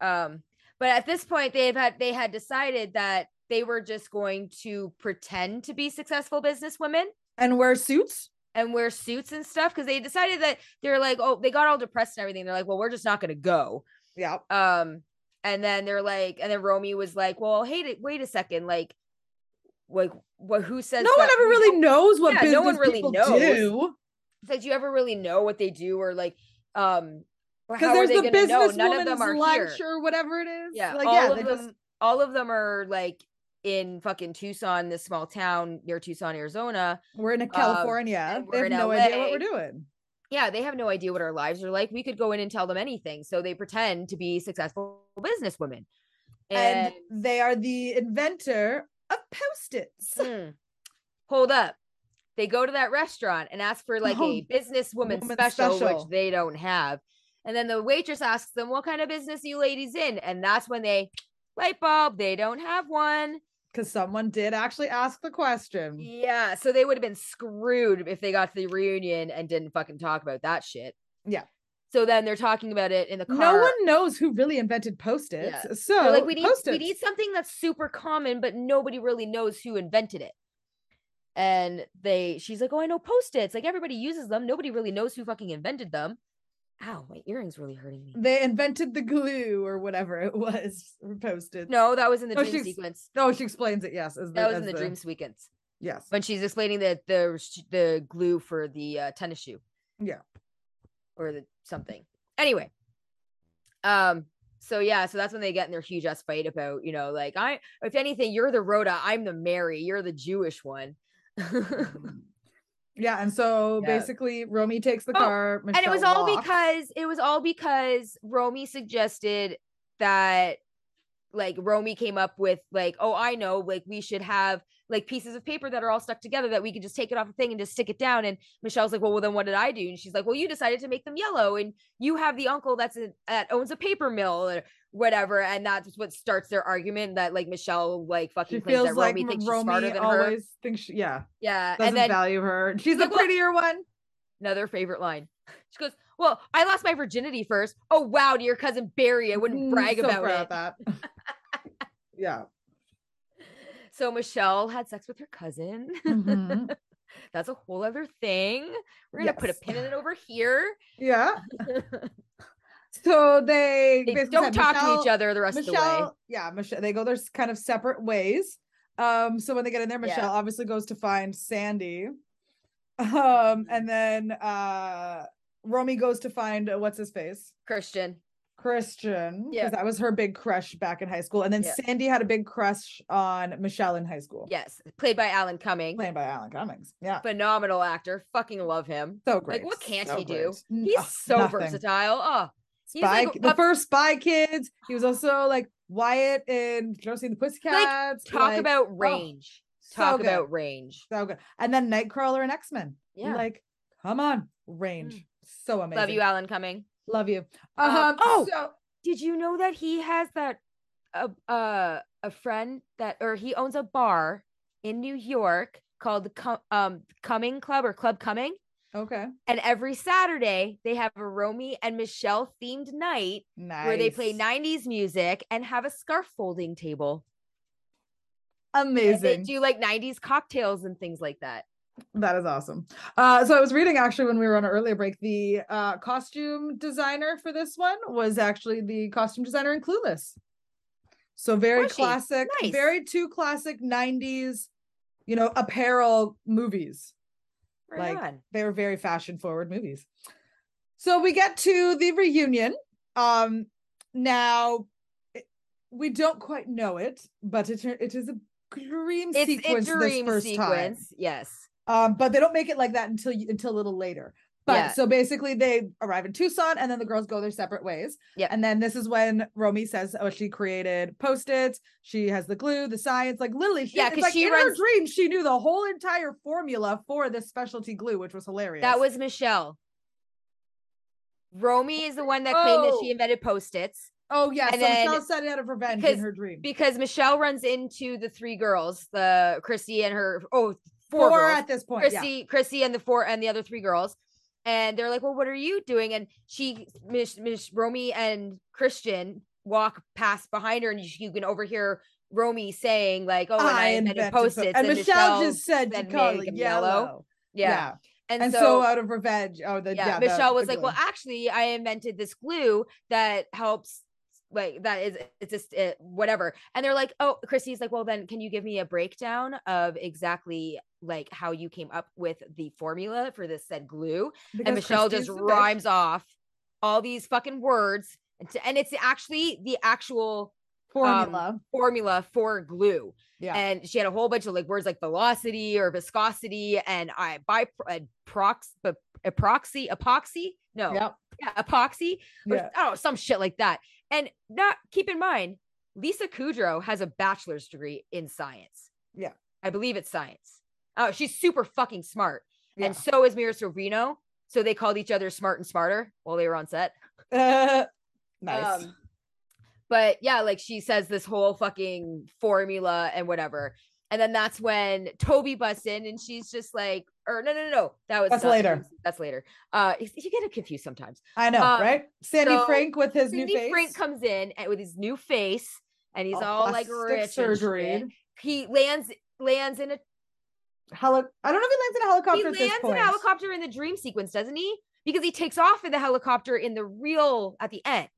Um, but at this point, they've had they had decided that they were just going to pretend to be successful businesswomen And wear suits. and wear suits and stuff because they decided that they're like, oh, they got all depressed and everything. They're like, well, we're just not going to go. Yeah. um and then they're like and then romy was like well hey d- wait a second like like what who says no one that ever we really don't- knows what Yeah, business no one really people knows. do it's like do you ever really know what they do or like um or how because are there's they the gonna know business none of them are lunch here or whatever it is. yeah Like all yeah, of they them just all of them are like in fucking tucson this small town near tucson arizona we're in a California. and they um, we're have in no idea what we're LA. doing. yeah they have no idea what our lives are like we could go in and tell them anything so they pretend to be successful businesswomen And, they are the inventor of post-its. Mm. Hold up. They go to that restaurant and ask for like Oh, a businesswoman woman special, special. which they don't have. And then the waitress asks them, What kind of business you ladies in? And that's when they light bulb, they don't have one. Because someone did actually ask the question. Yeah. So they would have been screwed if they got to the reunion and didn't fucking talk about that shit. Yeah. So then they're talking about it in the car. No one knows who really invented post-its. So They're like we need post-its. we need something that's super common, but nobody really knows who invented it. And they, she's like, oh, I know post-its. Like everybody uses them. Nobody really knows who fucking invented them. Ow, my earrings really hurting me. they invented the glue or whatever it was posted. No, that was in the No, dream she's- sequence. No, she explains it. Yes, as the, That was as in the, dream sequence Yes, when she's explaining the the sh- the glue for the uh, tennis shoe. Yeah. Or the something. Anyway. Um. So yeah. So that's when they get in their huge ass fight about you know like I if anything you're the Rhoda I'm the Mary you're the Jewish one. and Um, yeah. And so Yeah. basically, Romy takes the Oh, car, Michelle it was all walks. because it was all because Romy suggested that like Romy came up with like oh I know like we should have like pieces of paper that are all stuck together that we could just take it off the thing and just stick it down. And Michelle's like, well, well, then what did I do? And she's like, well, you decided to make them yellow, and you have the uncle that's a, that owns a paper mill or whatever, and that's what starts their argument that like Michelle like fucking She claims feels that like Romy thinks she's smarter Romy than her. always thinks she, yeah, Yeah, doesn't and then value her. She's the like, well- prettier one. another favorite line. She goes, well, I lost my virginity first. Oh wow, to your cousin Barry, I wouldn't Mm, brag so about proud it. of that. yeah. So Michelle had sex with her cousin. Mhm. That's a whole other thing. We're gonna put a Yes. pin in it over here. Yeah. So they, They basically don't said talk to Michelle- each other the rest of the way. Michelle, yeah, Michelle, they go their s- kind of separate ways. Um, so when they get in there, Yeah. Michelle obviously goes to find Sandy. Mm-hmm. Um, and then uh Romy goes to find uh, what's his face? Christian. Christian, because Yeah. that was her big crush back in high school. And then Yeah. Sandy had a big crush on Michelle in high school. Yes. Played by Alan Cumming. Played by Alan Cummings. Yeah. Phenomenal actor. Fucking love him. So great. what can't so he do? great. N- He's ugh, so nothing. versatile. Oh, he's Spy, like the up- first Spy Kids. He was also like Wyatt in Josie and the Pussycats. talk like, oh, about range. so talk good. about range. So good. And then Nightcrawler and X Men. Yeah. Mm. Like, come on, range. So amazing. Love you, Alan Cumming. Love you. Um, Um, oh! so Did you know that he has that a uh, a friend that or he owns a bar in New York called the Cu- um Cumming Club or Club Cumming? oh, okay. And every Saturday they have a Romy and Michelle themed night Nice. where they play 90s music and have a scarf folding table. And they Amazing. do like 90s cocktails and things like that. That is awesome. Uh, so I was reading actually when we were on an earlier break, the uh, costume designer for this one was actually the costume designer in Clueless. So very Was she? classic, Nice. very two classic 90s, you know, apparel movies. Right Like, on. they were very fashion forward movies. So we get to the reunion. Um now it- we don't quite know it, but it it is a dream It's a sequence dream this first time. sequence. Yes. Um, but they don't make it like that until you, until a little later. But Yeah. so basically, they arrive in Tucson, and then the girls go their separate ways. Yep. And then this is when Romy says, "Oh, she created post-its. She has the glue, the science. Like literally, she, Yeah, it's 'cause like she in her runs- dream, she knew the whole entire formula for this specialty glue, which was hilarious. That was Michelle. Romy is the one that claimed that she Oh. invented post-its oh yeah. So and then- Michelle said it out of revenge in because- her dream. because Michelle runs into the three girls, the Christy and her oh four, Four, girls, at this point. yeah. Christy, Christy and the four and the other three girls. And they're like, "Well, what are you doing?" And she Miss Miss Romy and Christian walk past behind her and you, you can overhear Romy saying like, "Oh, and I, invented po- post-its." and Michelle just said to said call make it them yellow. yellow. yeah. And, so, out of revenge, oh the yeah, yeah, the- Michelle was the like, "Well, glue. actually, I invented this glue that helps." Like that is it's just uh whatever, and they're like, "Oh, Christy's like, well, then can you give me a breakdown of exactly like how you came up with the formula for this said glue?" and Because Michelle Christy's just the bitch. rhymes off all these fucking words, and, t- and it's actually the actual formula. formula for glue. Yeah. And she had a whole bunch of like words like velocity or viscosity and I by prox but epoxy epoxy no yep. yeah epoxy or Yeah. oh some shit like that. And not keep in mind Lisa Kudrow has a bachelor's degree in science. Yeah. I believe it's science. Oh, she's super fucking smart. Yeah. And so is Mira Sorvino. So they called each other smart and smarter while they were on set. Uh, nice. Um, but yeah, like she says this whole fucking formula and whatever. And then that's when Toby busts in and she's just like, or no, no, no, no. That was That's not- later. That's later. Uh you you get it confused sometimes. I know, um, right? Sandy so Frank with his new Cindy face. Frank comes in and with his new face and he's Oh, all like plastic rich surgery. surgery. He lands lands in a Heli- I don't know if he lands in a he helicopter at lands this in point. a helicopter in the dream sequence, doesn't he? Because he takes off in the helicopter in the real at the end.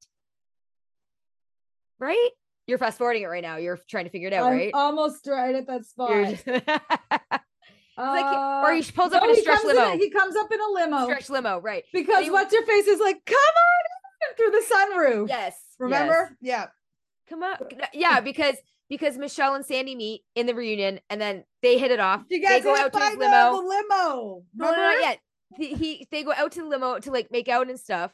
Right? You're fast forwarding it right now. You're trying to figure it out, I'm right? almost right at that spot. You're just- like he- or he Uh, pulls up no, in a he stretch comes in a- limo. he comes up in a limo Stretch limo, right. because he- what's your face is like, come on in," through the sunroof. Yes. yes. Oh, Remember? Yeah. Come on. Yeah, because because Michelle and Sandy meet in the reunion and then they hit it off. You They guys go hit out to by his the- limo. the limo. No, no, Remember? no, yeah. He, he- they go out to the limo to like make out and stuff.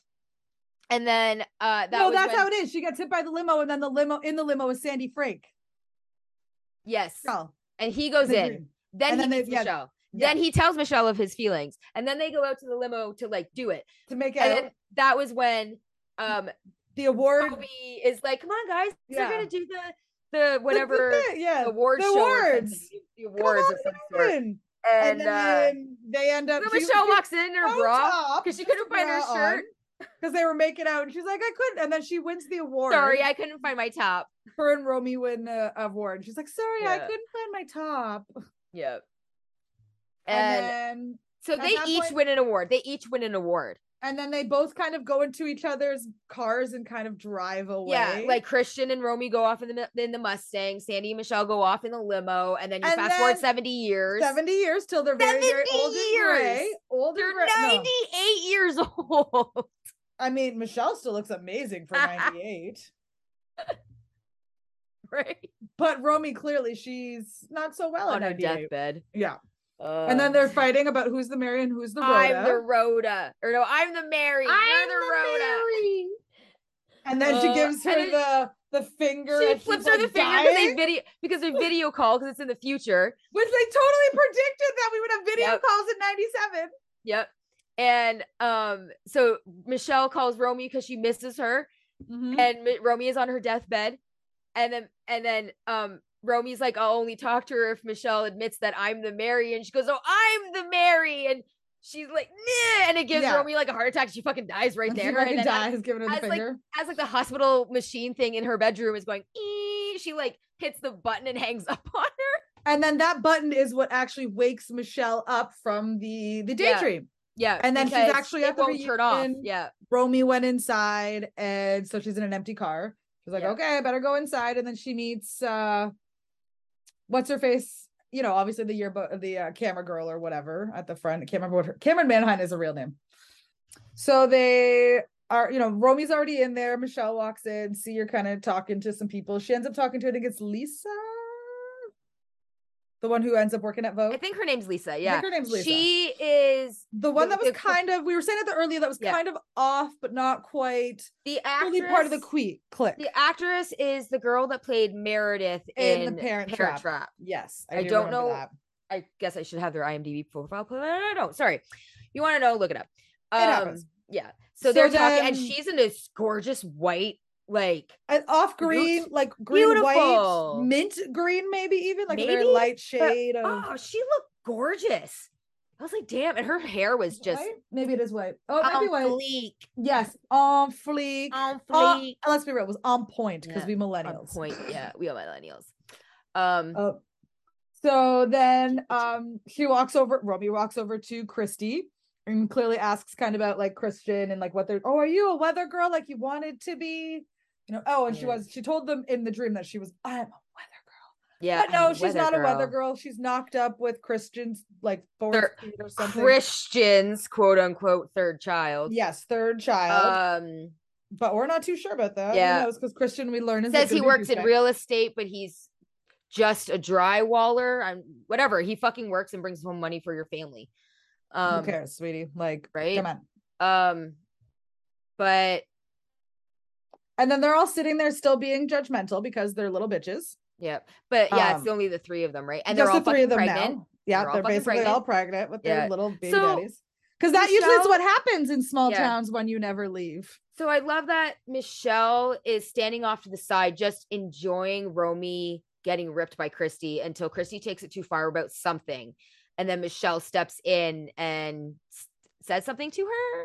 And then uh that No, was that's when- how it is. She gets hit by the limo, and then the limo in the limo is Sandy Frank. yes. Girl, and he goes They in. agree. Then And he then they- meets yeah, Michelle. yeah. Then he tells Michelle of his feelings, and then they go out to the limo to like do it. to make And out then that was when um the award Toby is like, "Come on, guys, Mm-hmm. Yeah. we're gonna do the the the- the whatever thing, yeah award the show, or something, awards. the awards on, of some sort." And, and, and then they end up uh, so she- Michelle she- walks in in her bra because she couldn't find her shirt. because they were making out and she's like i couldn't and then she wins the award Sorry, I couldn't find my top. her and romy win a award she's like sorry i Yeah. couldn't find my top and, Yep. And, then so at they that each point- win an award. They each win an award. and then they both kind of go into each other's cars and kind of drive away Yeah, like Christian and Romy go off in the mi- in the Mustang. Sandy and Michelle go off in the limo, and then you And fast forward then seventy years. 70 years till they're very very 70 old and gray years! old and They're gray no. ninety-eight years old. i mean michelle still looks amazing for 98 right but romy clearly she's not so well on at her 98 deathbed. yeah and then Uh, they're fighting about who's the Mary and who's the Rhoda. I'm the Rhoda, or no, I'm the Mary. I'm You're the, Rhoda. and then she Uh, gives her and it- the the finger. She and she's, flips her the like, finger because they dying, video because they video call because it's in the future. which they totally predicted that we would have video Yep. calls in '97. Yep. And um, so Michelle calls Romy because she misses her, Mm-hmm. and Mi- Romy is on her deathbed, and then and then um, Romy's like, I'll only talk to her if Michelle admits that I'm the Mary, and she goes, Oh, I'm the Mary, and she's like, nah, and it gives Yeah. Romy like a heart attack. She fucking dies right And there. she fucking and then as- dies, giving her as, the like, finger. as like the hospital machine thing in her bedroom is going, "Ee," she like hits the button and hangs up on her. and then that button is what actually wakes Michelle up from the the Yeah. daydream. Yeah, And then she's because actually it at the won't turn off. reunion. Yeah, Romy went inside, and so she's in an empty car. She's like, Yeah. okay, I better go inside. And then she meets uh what's her face? You know, obviously the yearbook the uh, camera girl or whatever at the front. I can't remember what her Cameron Manheim is her real name. So they are, you know, Romy's already in there. Michelle walks in, see you're kind of talking to some people. She ends up talking to, I think it's Lisa, the one who ends up working at Vogue. I think her name's Lisa. I Yeah, think her name's Lisa she is the one the- that was the- kind of we were saying at the earlier that was Yeah. kind of off but not quite the fully actress. part of the que- click The actress is the girl that played Meredith in, in, the parent, trap. yes i, I do don't remember know- that. I guess I should have their IMDb profile. But I don't. Sorry, you want to know? Look it up. Um, happens. Yeah. So, So they're talking, then- and she's in this gorgeous white, like and off green like green Beautiful. white mint green maybe even like a very Maybe, light shade of Oh, she looked gorgeous. I was like, damn, and her hair was just white? maybe it is white oh it oh, might on be white fleek, yes on fleek on On- fleek, and let's be real it was on point because Yeah, we on millennials point. Yeah, we are millennials. Um, Uh, So then um she walks over, Romy walks over to Christy and clearly asks kind of about like Christian and like what they're oh, are you a weather girl like you wanted to be? You know, oh, and she Yeah. was she told them in the dream that she was, I'm a weather girl. yeah, but I'm no, a she's not a weather girl. She's knoked up with Christian's like fourth Thir- kid or something. Christian's quote unquote third child. yes, third child. Um, but we're not too sure about that. yeah. because Christian we learn is a says he good works in douchebag. real estate, but he's just a drywaller. I'm whatever. He fucking works and brings home money for your family. Um, Who cares, sweetie? Like right? come on. Um, but And then they're all sitting there still being judgmental because they're little bitches. yeah, but yeah, it's Um, only the three of them, right? And Just they're all the three fucking of them pregnant. now. Yeah, They're all they're, fucking basically all pregnant with their Yeah. little baby So, daddies. Because that usually is Michelle- what happens in small Yeah. towns when you never leave. So I love that Michelle is standing off to the side, just enjoying Romy getting ripped by Christy until Christy takes it too far about something. And then Michelle steps in and s- says something to her.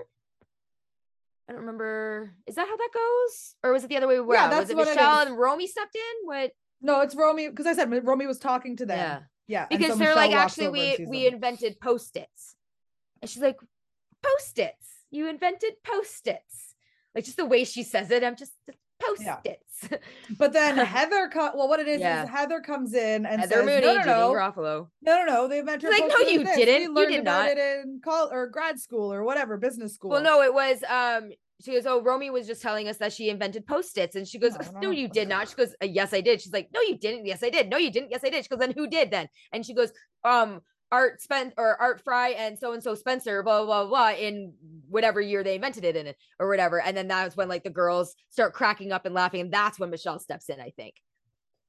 I don't remember. Is that how that goes? Or was it the other way around? that's was it what it Michelle is. and Romy stepped in? What? No, it's Romy because I said Romy was talking to them. Yeah. Yeah, and Because so they're Michelle like, walks actually, over and we sees we them. invented post-its. And she's like, post-its. You invented post-its. Like just the way she says it, I'm just post-its. But then Heather, co- well, what it is Yeah. is Heather comes in and Heather says, Mooney, no, no, Janine no, Garofalo. no, no, no, they invented Like, no, post-it you and this. didn't. We You learned did about not." it in call or grad school or whatever business school. Well, no, it was um she goes, Oh, Romy was just telling us that she invented post-its. And she goes, No, No, no. you did not. She goes, "Uh, Yes, I did. She's like, No, you didn't. Yes, I did. No, you didn't. Yes, I did. She goes, Then who did then? And she goes, Um, Art Spen or Art Fry and so and so Spencer, blah, blah, blah, blah, in whatever year they invented it in it or whatever. And then that's when like the girls start cracking up and laughing. And that's when Michelle steps in, I think.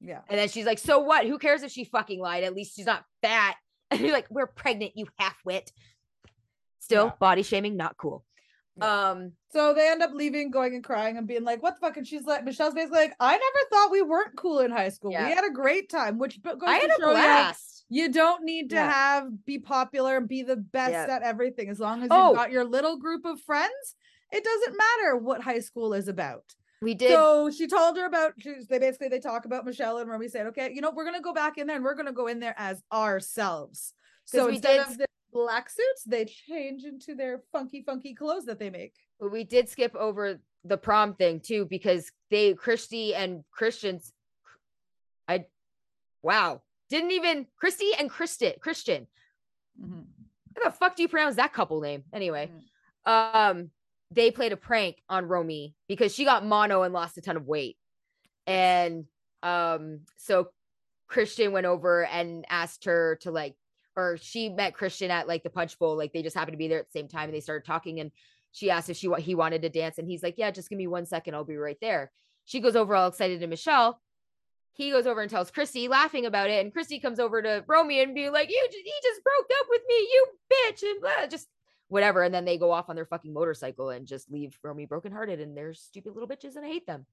Yeah. And then she's like, so what? Who cares if she fucking lied? At least she's not fat. And you're like, we're pregnant, you halfwit. Still, Yeah. body shaming, not cool. Yeah. Um, So they end up leaving, going and crying and being like, what the fuck? And she's like, Michelle's basically like, I never thought we weren't cool in high school. Yeah. We had a great time, which but goes I to had a show you, blast. You don't need to Yeah. have be popular and be the best Yep. at everything. As long as Oh. you've got your little group of friends, it doesn't matter what high school is about. We did. So she told her about she- they basically they talk about Michelle and Romy said, okay, you know, we're gonna go back in there and we're gonna go in there as ourselves. 'Cause So we instead did- of the black suits, they change into their funky, funky clothes that they make. But we did skip over the prom thing too because they Christy and Christians I wow. Didn't even Christy and Christi Christian. Mm-hmm. How the fuck do you pronounce that couple name? Anyway, um they played a prank on Romy because she got mono and lost a ton of weight. And um so Christian went over and asked her to like or she met Christian at like the punch bowl like they just happened to be there at the same time and they started talking and she asked if she what he wanted to dance and he's like yeah just give me one second I'll be right there. She goes over all excited to Michelle. He goes over and tells Christy laughing about it and Christy comes over to Romy and be like you ju- he just broke up with me you bitch and blah just whatever and then they go off on their fucking motorcycle and just leave Romy brokenhearted and they're stupid little bitches and I hate them.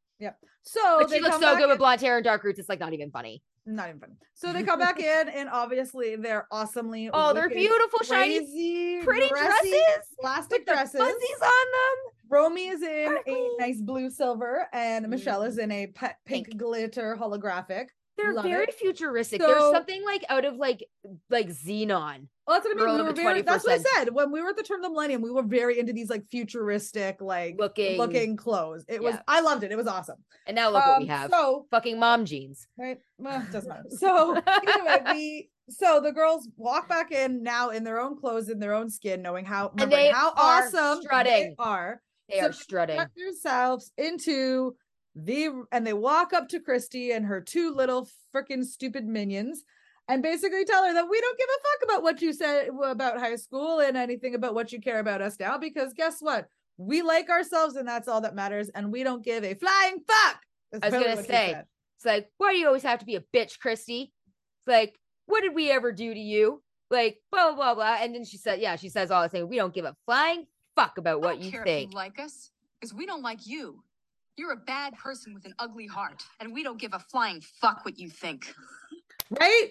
So but they she looks come so back good with in- blonde hair and dark roots it's like not even funny. not even fun. So they come back in and obviously they're awesomely Oh, they're wicked, beautiful, shiny, crazy, pretty dressy dresses plastic with the dresses. fuzzies on them. Romy is in a Sparkly. nice blue silver, and Michelle is in a pet pink, Mm. Pink. glitter holographic. They're Love very it. futuristic. There's So- something like out of like like Xenon. Well, that's what I Girl mean. We of were the very, that's what I 21st said. When we were at the turn of the millennium, we were very into these like futuristic, like Looking- looking clothes. It was Yeah. I loved it. It was awesome. And now look what we Um, have. So Oh, Fucking mom jeans. right, well, it doesn't matter. So anyway, we so the girls walk back in now in their own clothes, in their own skin, knowing how remembering they how are awesome strutting. they are. They So are strutting. Tuck themselves into the and they walk up to Christy and her two little freaking stupid minions and basically tell her that we don't give a fuck about what you said w- about high school and anything about what you care about us now because guess what? We like ourselves and that's all that matters and we don't give a flying fuck. That's I was really gonna what she say. said. It's like, why do you always have to be a bitch, Christy? It's like, what did we ever do to you? Like, blah blah blah. And then she said, yeah, she says all the same. We don't give a flying fuck about I what don't you care think. If you like us, because we don't like you. You're a bad person with an ugly heart, and we don't give a flying fuck what you think. Right?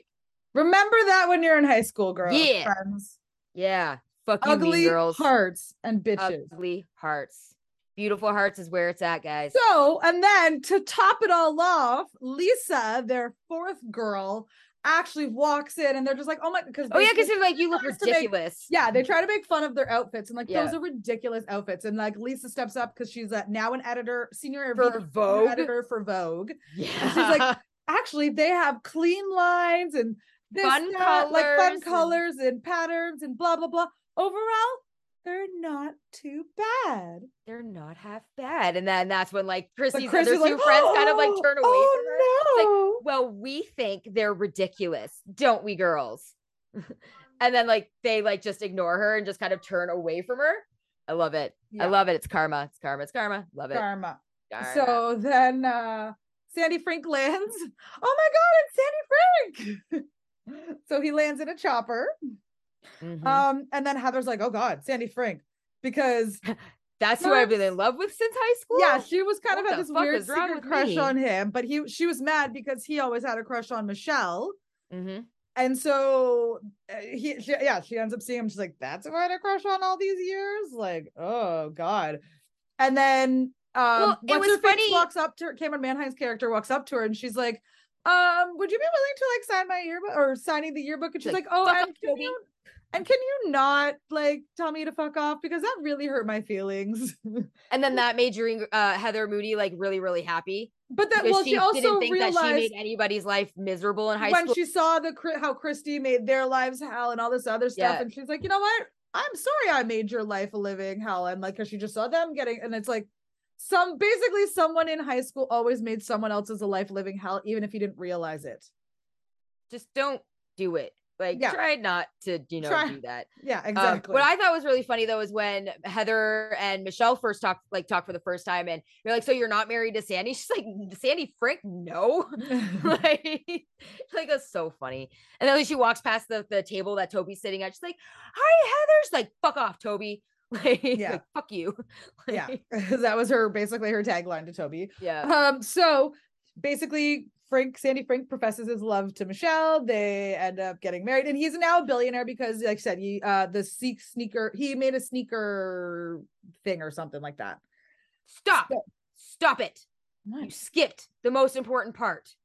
Remember that when you're in high school, girls. Yeah. Friends. yeah. Fuck you, mean Ugly girls. hearts and bitches. Ugly hearts. Beautiful hearts is where it's at, guys. So, and then to top it all off, Lisa, their fourth girl, actually walks in and they're just like, oh my, because Oh yeah, because they're like, you look tries to make- ridiculous. yeah, they try to make fun of their outfits and like Yeah. those are ridiculous outfits. And like Lisa steps up because she's uh, now an editor, senior For VP, senior Vogue? editor for Vogue. Yeah. she's like, Actually, they have clean lines and this, Fun that, like colors fun and- colors and patterns and blah blah blah. Overall, they're not too bad. they're not half bad. And then that's when like But Chrissy's Chris other is like, two friends kind of like turn away from her. Oh It's like, no. Well, we think they're ridiculous, don't we, girls? and then like they like just ignore her and just kind of turn away from her. I love it. Yeah. I love it. It's karma. It's karma. It's karma. Love it. karma. Karma. So then uh Sandy Frank lands. Oh my god, it's Sandy Frank. so he lands in a chopper. Mhm. Um, and then Heather's like, oh god, Sandy Frank. Because that's who I've been first- in love with since high school. yeah, she was kind What of had the this fuck weird is wrong secret with crush me? on him, but he she was mad because he always had a crush on Michelle. Mhm. And so uh, he, she, yeah, she ends up seeing him. She's like, "That's who I had a crush on all these years." Like, oh god. And then, um, Well, it what's was her face funny- Walks up to her, Cameron Manheim's character walks up to her, and she's like, "Um, would you be willing to like sign my yearbook or signing the yearbook?" And she's like, Like, "Oh, "Fuck and off, can Toby." you, and can you not like tell me to fuck off because that really hurt my feelings." And then that made Dream, uh, Heather Moody like really, really happy. but that because well, she, also didn't think realized that she made anybody's life miserable in high when school. she saw the Chri- how Christy made their lives hell and all this other stuff, Yeah. and she's like, you know what? I'm sorry I made your life a living hell, and like, cause she just saw them getting, and it's like, some basically someone in high school always made someone else's a life living hell, even if you didn't realize it. Just don't do it. Like Yeah. try not to, you know, Try- do that. Yeah, Um, exactly. what I thought was really funny though is when Heather and Michelle first talked, like talked for the first time, and you're like, "So you're not married to Sandy?" She's like, "Sandy Frick, no." like, like that's so funny. And then when she walks past the, the table that Toby's sitting at, she's like, "Hi, Heather." She's like, "Fuck off, Toby." Like, Yeah. like, fuck you. yeah, Like, that was her basically her tagline to Toby. yeah. Um, so basically, Frank Sandy Frank professes his love to Michelle. They end up getting married, and he's now a billionaire because, like I said, he uh the seek sneaker he made a sneaker thing or something like that. Stop. So- Stop it. You skipped the most important part.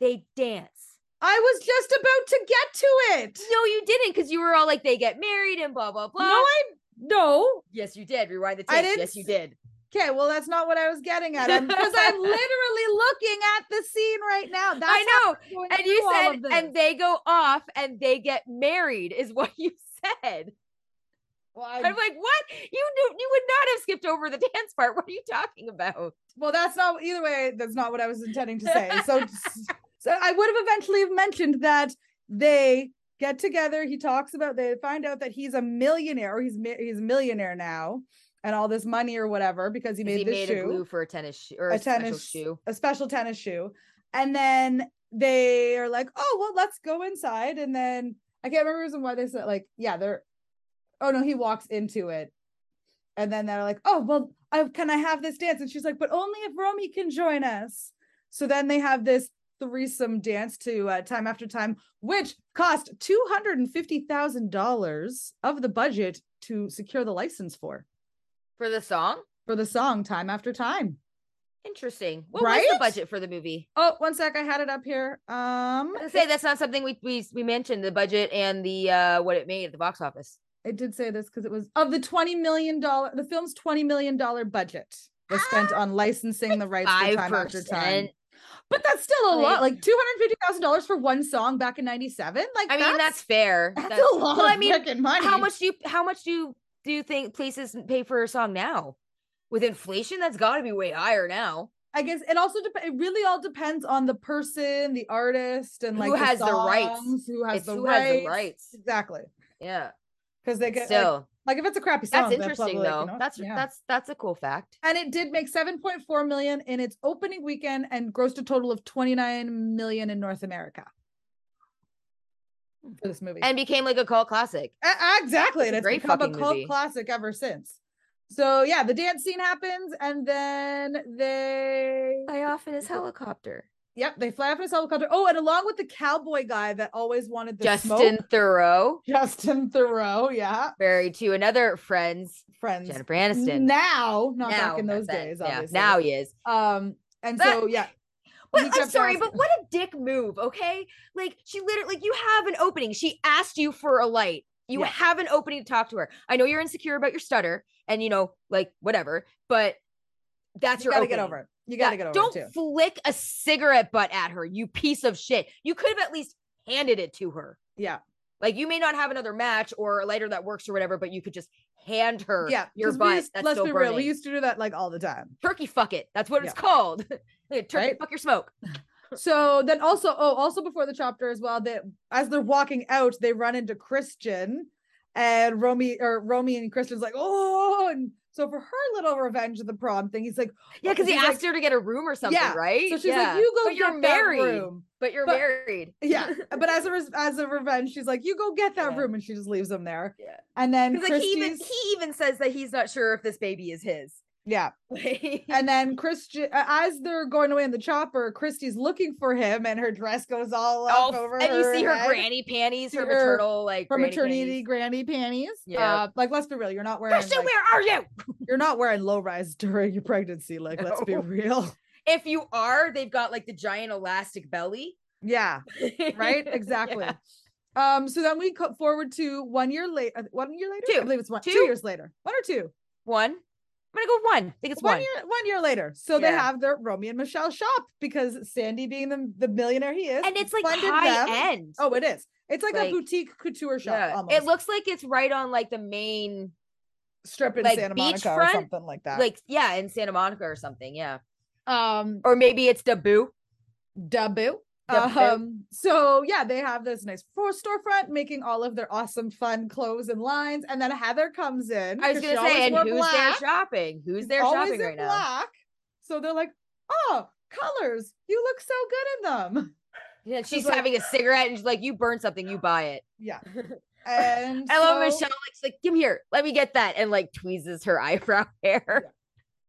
They dance. I was just about to get to it. No, you didn't, because you were all like, they get married and blah blah blah. No, I no. yes, you did. Rewind the I tape. didn't Yes, you s- did. Okay, well that's not what I was getting at because I'm literally looking at the scene right now. That's I know. know. And you said, and they go off and they get married, is what you said. well, I'm I- like, what? You knew you would not have skipped over the dance part. What are you talking about? Well, that's not either way. That's not what I was intending to say. So, so I would have eventually have mentioned that they get together. He talks about they find out that he's a millionaire or he's mi- he's a millionaire now, and all this money or whatever because he 'Cause made He this made shoe, a glue for a tennis shoe or A a, special tennis- shoe. a special tennis shoe, and then they are like, oh well, let's go inside, and then I can't remember the reason why they said like, yeah, they're, oh no, he walks into it. And then they're like, oh, well, I, can I have this dance? And she's like, but only if Romy can join us. So then they have this threesome dance to uh, Time After Time, which cost $250,000 of the budget to secure the license for, For the song? for the song Time After Time. Interesting. What was Right? the budget for the movie? Oh, one sec. I had it up here. Um, I was gonna say that's not something we we we mentioned the budget and the uh what it made at the box office. it did say this because it was of the $20 million, the film's $20 million budget was spent on licensing the rights to Five Time After Time. percent. But that's still a Like- lot. Like two hundred fifty thousand dollars for one song back in '97. Like I mean, that's fair. that's, That's- a lot. Well, of I mean, frickin' money. how much do you how much do you do you think places pay for a song now? With inflation, that's got to be way higher now. I guess it also dep- It really all depends on the person, the artist, and like Who has the rights. songs, Who has It's the who rights? has the rights. Exactly. Yeah. Because they get like, Still, like if it's a crappy song. that's they'll interesting probably, like, though. you know what? that's Yeah. that's that's a cool fact. and it did make 7.4 million in its opening weekend and grossed a total of 29 million in North America for this movie. Hmm. And became like a cult classic. A- It's a exactly. and it's great become a fucking cult movie. classic ever since. So yeah, the dance scene happens, and then they Fly off in his helicopter. yep they fly off in a helicopter. Oh, and along with the cowboy guy that always wanted the Justin smoke, Thoreau, Justin Thoreau, yeah, married to another friend's friends. Jennifer Aniston. Now, not Now, back in those not then, days, yeah, obviously. now he is. um, and But- so yeah, But He I'm kept sorry, asking- but what a dick move, okay? Like she literally like you have an opening. She asked you for a light. You Yeah. have an opening to talk to her. I know you're insecure about your stutter and you know, like whatever, but that's you your gotta opening. get over it. You gotta get over Don't it too. flick a cigarette butt at her, you piece of shit. You could have at least handed it to her. Yeah. Like you may not have another match or a lighter that works or whatever, but you could just hand her Yeah, your 'cause we butt. used- that's let's still be real. We burning. used to do that like all the time. turkey fuck it. That's what it's Yeah. called. turkey Right? fuck your smoke. So then also, oh, also before the chapter as well, that as they're walking out, they run into Christian and Romy or Romy and Christian's like, oh, and so for her little revenge of the prom thing, he's like, Yeah, because he She's like- asked her to get a room or something, Yeah. right? so she's Yeah. like, you go but get you're that married. room. But you're But- married. Yeah. But as a res- as a revenge, she's like, you go get that Yeah. room, and she just leaves him there. Yeah. And then 'Cause, like he even Christie's, he even says that he's not sure if this baby is his. yeah. Like, And then Christian, uh, as they're going away in the chopper, Christie's looking for him, and her dress goes all up oh, over and you see her head. granny panties, her Her- maternal like her granny maternity panties. granny panties. Yeah. Uh, like let's be real, you're not wearing Christian, like- where are you? you're not wearing low rise during your pregnancy. Like let's be No. real. If you are, they've got like the giant elastic belly, Yeah, right. Yeah. Exactly. Um. So then we cut forward to one year later. One year later, Two. I believe it's one. Two, Two? years later. One or two. One. I'm gonna go one. I think it's one, one. year. One year later. So they Yeah. have their Romeo and Michelle shop because Sandy, being the the millionaire he is, And it's like funded high them. end. Oh, it is. It's like, Like, a boutique couture shop. Yeah. Almost. It looks like it's right on like the main strip in like Santa Monica or beachfront, something like that. like yeah, in Santa Monica or something. Yeah. um, Or maybe it's Dabu. Dabu. Yep, they- um so yeah they have this nice for storefront making all of their awesome fun clothes and lines and then heather comes in I was 'cause gonna she say, always and wore who's there black. shopping? Who's there Always shopping in right now? black. so they're like oh colors you look so good in them Yeah, she's like- having a cigarette and she's like, "You burn something, you buy it." yeah and I love so- Michelle. Like, she's like, "Come here, let me get that," and like tweezes her eyebrow hair.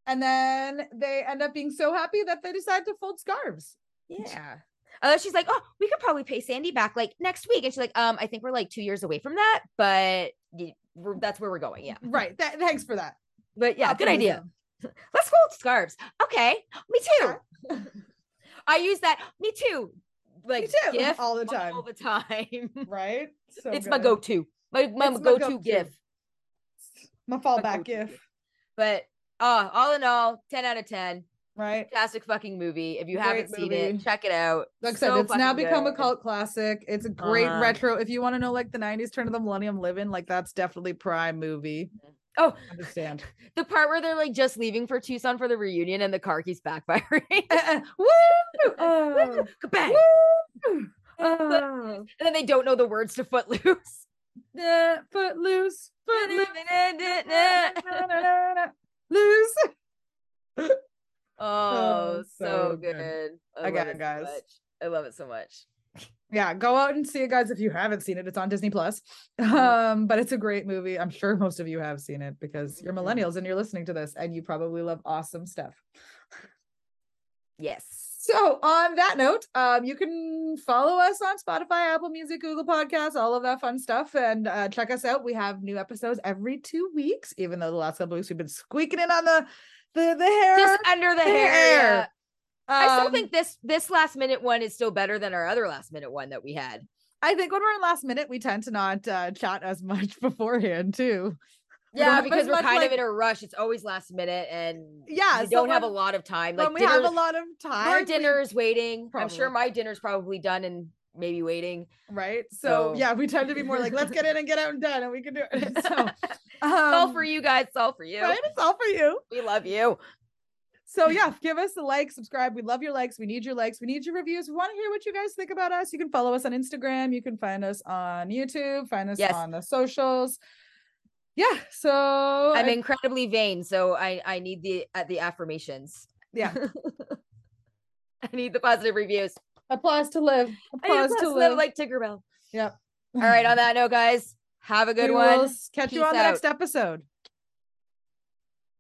and then they end up being so happy that they decide to fold scarves Yeah. Unless she's like, "Oh, we could probably pay Sandy back like next week," and she's like, "Um, I think we're like two years away from that, but y- we're, that's where we're going." Yeah. right Th- thanks for that But yeah, good idea. Mm-hmm. Optimism. Let's fold scarves. Okay, me too. Okay. I use that. Me too. Like too, gift all the time. All the time. right so it's my good. go-to. My my It's my go-to, go-to. gift. my My fallback go-to gift But uh, all in all, ten out of ten. right Fantastic fucking movie. If you Great haven't seen it, movie. check it out. Like I said, So it's now fucking become a good. cult classic. It's a great Uh-huh. retro. If you want to know like the 90s turn of the millennium living, like that's definitely prime movie. Oh, Understand. the part where they're like just leaving for Tucson for the reunion and the car keeps backfiring. Eh, eh, Woo! Uh, Oh, Kabang! woo! Oh. And then they don't know the words to Footloose. Eh, uh, Footloose. Footloose. Loose. oh, Oh, so so good. good. I, I love got it it, so guys. much. I love it so much. Yeah, go out and see it, guys. If you haven't seen it, it's on Disney Plus. Mm-hmm. Um, but it's a great movie. I'm sure most of you have seen it because you're Mhm. millennials and you're listening to this and you probably love awesome stuff. Yes. So on that note, um, you can follow us on Spotify, Apple Music, Google Podcasts, all of that fun stuff, and uh, check us out. We have new episodes every two weeks, even though the last couple of weeks we've been squeaking in on the the the hair. Just under the hair. hair. yeah. I still Um, think this this last minute one is still better than our other last minute one that we had. I think when we're in last minute, we tend to not uh, chat as much beforehand too. We don't Yeah, have as because we're much, kind of like- in a rush. It's always last minute, and Yeah, we so don't have a when- lot of time. Like when we have dinner- a lot of time, your we- dinner is waiting. I'm sure Probably. my dinner's probably done and maybe waiting. right? So, So- yeah, we tend to be more like, let's get in and get out and done, and we can do it. So, um, it's all for you guys. It's all for you. Right? It's all for you. We love you. So yeah, give us a like, subscribe. We love your likes. We need your likes. We need your reviews. We want to hear what you guys think about us. You can follow us on Instagram. You can find us on YouTube. Find us Yes. on the socials. Yeah. So I I'm incredibly vain, so I I need the uh, the affirmations. yeah. I need the positive reviews. Applause to live. I need Applause applause to live. like Tinkerbell. Yep. All right. On that note, guys, have a good we one. Will s- catch Peace you on the out. next episode.